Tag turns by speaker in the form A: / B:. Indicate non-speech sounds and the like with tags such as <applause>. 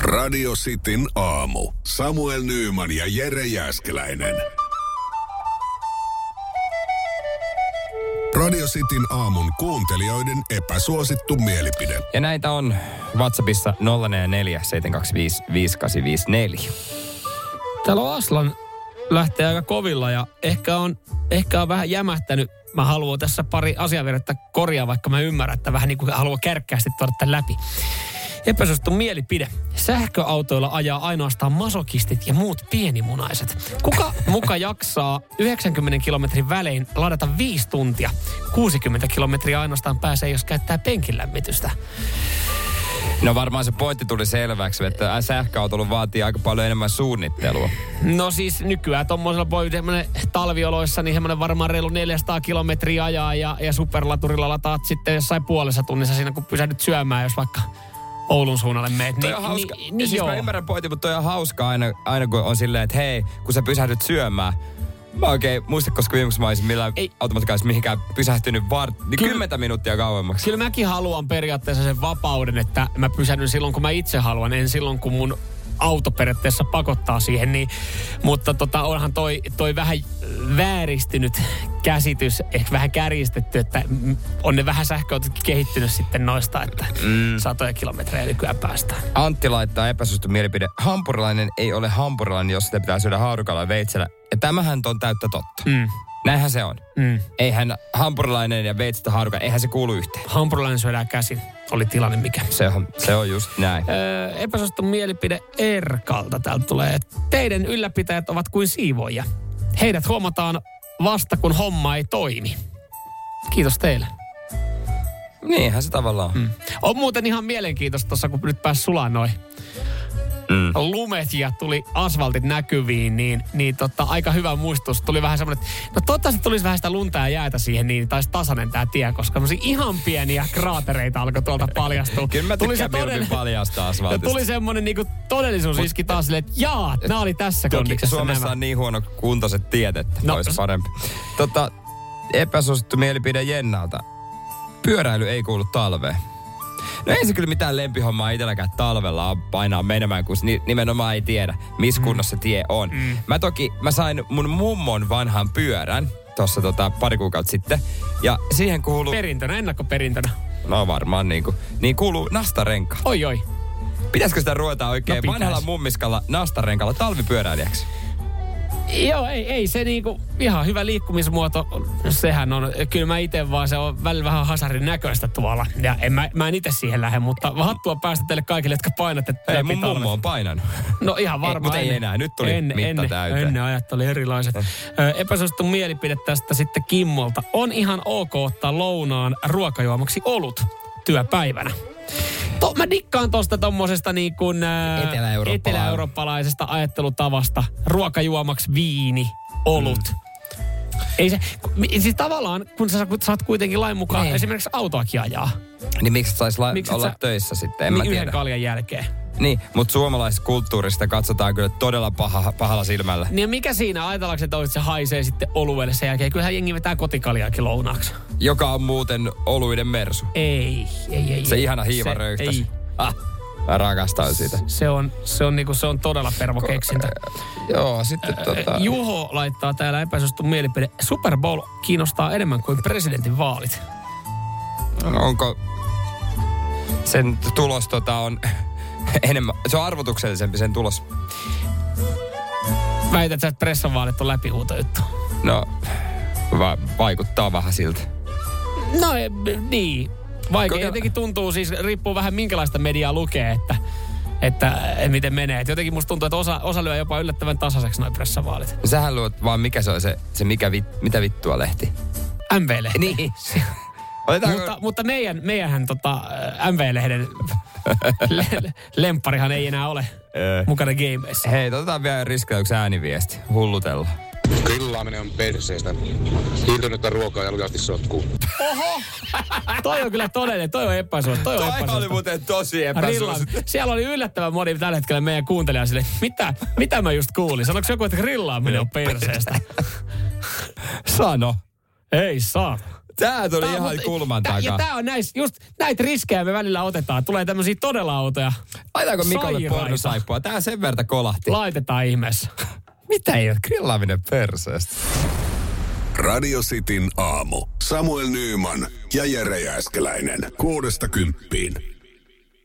A: Radio Cityn aamu. Samuel Nyyman ja Jere Jäskeläinen. Radio Cityn aamun kuuntelijoiden epäsuosittu mielipide.
B: Ja näitä on WhatsAppissa 044 725 5854.
C: Täällä on Aslan lähtee aika kovilla ja ehkä on, ehkä on vähän jämähtänyt. Mä haluan tässä pari asiavirrettä korjaa, vaikka mä ymmärrän, että vähän niin kuin haluan kärkkäästi tuoda tämän läpi. Epäsuosittu mielipide. Sähköautoilla ajaa ainoastaan masokistit ja muut pienimunaiset. Kuka muka jaksaa 90 kilometrin välein ladata 5 tuntia? 60 kilometriä ainoastaan pääsee, jos käyttää penkin lämmitystä.
B: No varmaan se pointti tuli selväksi, että sähköautoilu vaatii aika paljon enemmän suunnittelua.
C: No siis nykyään tuommoisella voi semmoinen talvioloissa, niin semmoinen varmaan reilu 400 kilometriä ajaa ja, ja superlaturilla lataat sitten jossain puolessa tunnissa siinä, kun pysähdyt syömään, jos vaikka Oulun suunnalle meet.
B: Toi on hauska. Niin, niin, siis joo. mä ymmärrän pointin, mutta toi on hauska aina, aina kun on silleen, että hei, kun sä pysähdyt syömään, Mä oikein muista, koska viimeksi mä olisin millään
C: Ei.
B: automatikaisesti mihinkään pysähtynyt vart, niin
C: Kyllä-
B: kymmentä minuuttia kauemmaksi.
C: Kyllä mäkin haluan periaatteessa sen vapauden, että mä pysähdyn silloin, kun mä itse haluan, en silloin, kun mun auto periaatteessa pakottaa siihen. Niin, mutta tota, onhan toi, toi vähän vääristynyt käsitys, ehkä vähän kärjistetty, että mm, on ne vähän sähköautotkin kehittynyt sitten noista, että mm. satoja kilometrejä nykyään päästään.
B: Antti laittaa epäsuosittu mielipide. Hampurilainen ei ole hampurilainen, jos sitä pitää syödä haarukalla veitsellä. Ja tämähän on täyttä totta.
C: Mm.
B: Näinhän se on.
C: Mm.
B: Eihän hampurilainen ja veitsestä haaruka, eihän se kuulu yhteen.
C: Hampurilainen syödään käsin, oli tilanne mikä.
B: Se on, se on just näin.
C: Öö, epäsuosittu mielipide Erkalta täältä tulee. Teidän ylläpitäjät ovat kuin siivoja. Heidät huomataan vasta, kun homma ei toimi. Kiitos teille.
B: Niinhän se tavallaan on. Mm.
C: On muuten ihan mielenkiintoista tuossa, kun nyt pääsi sulaa noin
B: Mm.
C: lumet ja tuli asfaltit näkyviin, niin, niin tota, aika hyvä muistutus. Tuli vähän semmoinen, että no toivottavasti tulisi vähän sitä lunta ja jäätä siihen, niin taisi tasainen tämä tie, koska semmoisia ihan pieniä kraatereita alkoi tuolta paljastua.
B: Kyllä mä
C: tuli se
B: tykkään mieluummin paljasta
C: ja
B: asfaltista.
C: <laughs> tuli semmoinen niinku todellisuus iski taas silleen, että jaa, nämä oli tässä
B: Toki
C: kondiksessa
B: Suomessa
C: nämä.
B: on niin huono kuntoiset tiet, että
C: No,
B: no, olisi
C: s-
B: parempi. Tota, epäsuosittu mielipide Jennalta. Pyöräily ei kuulu talveen. No ei se kyllä mitään lempihommaa itselläkään talvella on painaa menemään, kun se ni- nimenomaan ei tiedä, missä kunnossa se tie on. Mm. Mä toki, mä sain mun mummon vanhan pyörän tuossa tota, pari kuukautta sitten. Ja siihen kuuluu,
C: Perintönä, ennakkoperintönä.
B: no varmaan niinku, niin kuuluu nastarenka.
C: Oi, oi.
B: Pitäisikö sitä ruveta
C: No
B: oikein no,
C: pitäis.
B: vanhalla mummiskalla nastarenkalla talvipyöräilijäksi?
C: Joo, ei, ei se niinku, ihan hyvä liikkumismuoto, sehän on, kyllä mä itse vaan, se on välillä vähän hasarin näköistä tuolla. Ja en, mä, mä en itse siihen lähde, mutta hattua päästä teille kaikille, jotka painatte
B: Ei,
C: läpi
B: mun
C: talven.
B: mummo on painanut.
C: No ihan
B: Ei,
C: varmaan.
B: mut ei
C: ennen-
B: enää. Nyt tuli mitta
C: ennen,
B: täyteen.
C: Ennen ajat oli erilaiset. Ö, Epäsuosittu mielipide tästä sitten Kimmolta. On ihan ok ottaa lounaan ruokajuomaksi olut työpäivänä. To, mä dikkaan tosta tommosesta niin kuin, ää,
B: Etelä-eurooppalainen.
C: eteläeurooppalaisesta ajattelutavasta. Ruokajuomaksi viini, olut.
B: Mm.
C: Ei se, ku- mi- siis tavallaan, kun sä, kun sä saat kuitenkin lain mukaan
B: Niin.
C: esimerkiksi autoakin ajaa.
B: Niin miksi saisi la-
C: Miksi et
B: olla
C: sä-
B: töissä sitten, en
C: niin
B: mä
C: yhden
B: tiedä.
C: kaljan jälkeen.
B: niin, mutta suomalaiskulttuurista katsotaan kyllä todella paha, pahalla silmällä.
C: Niin ja mikä siinä ajatellaanko, että se haisee sitten oluelle sen jälkeen? Kyllähän jengi vetää kotikaljaakin lounaaksi.
B: Joka on muuten oluiden mersu.
C: Ei, ei, ei.
B: Se
C: ei.
B: ihana hiiva
C: se,
B: röyhtäs.
C: ei.
B: Ah, mä rakastan sitä.
C: se on, se on, niinku, se on todella pervo keksintä.
B: Joo, sitten eh, tota...
C: Juho laittaa täällä epäsuosittu mielipide. Super Bowl kiinnostaa enemmän kuin presidentin vaalit.
B: Onko... Sen tulos tota on <laughs> enemmän... Se on arvotuksellisempi sen tulos.
C: Väität sä, että pressavaalit on läpihuutojuttu?
B: No, va- vaikuttaa vähän siltä.
C: No e- b- niin. Vaikea
B: Kokeile-
C: jotenkin tuntuu siis, riippuu vähän minkälaista mediaa lukee, että, että eh, miten menee. Et jotenkin musta tuntuu, että osa, osa lyö jopa yllättävän tasaiseksi noin pressavaalit.
B: Sähän luot vaan mikä se on se, se mikä vit, mitä vittua lehti. <laughs>
C: MVlle.
B: Niin. Otetaanko...
C: Mutta, mutta meidän, meidänhän tota, äh, MV-lehden <laughs> le- lempparihan ei enää ole
B: Ö.
C: mukana gameissa.
B: Hei, otetaan vielä riskillä yksi ääniviesti. Hullutella.
D: Grillaaminen on perseestä. Hiihtänyttä ruokaa ja lujasti sotkuun.
C: Toi on kyllä todellinen, toi on epäsuosittu. Toi, on epäsuosittu.
B: muuten tosi
C: Grilla- Siellä oli yllättävän moni tällä hetkellä meidän kuuntelija sille, mitä, mitä mä just kuulin? Sanoiko joku, että grillaaminen on perseestä?
B: Sano.
C: Ei saa.
B: Tää tuli
C: Tää on
B: ihan
C: mut-
B: kulman
C: tää- Ja
B: takaa.
C: tää on näis, just näitä riskejä me välillä otetaan. Tulee tämmöisiä todella outoja.
B: Laitaanko Mikalle
C: Sairaita.
B: pornosaippua? Tää sen verta kolahti.
C: Laitetaan ihmeessä.
B: Mitä ei ole grillaaminen perseestä?
A: Radio Cityn aamu. Samuel Nyyman ja Jere Jääskeläinen. Kuudesta kymppiin.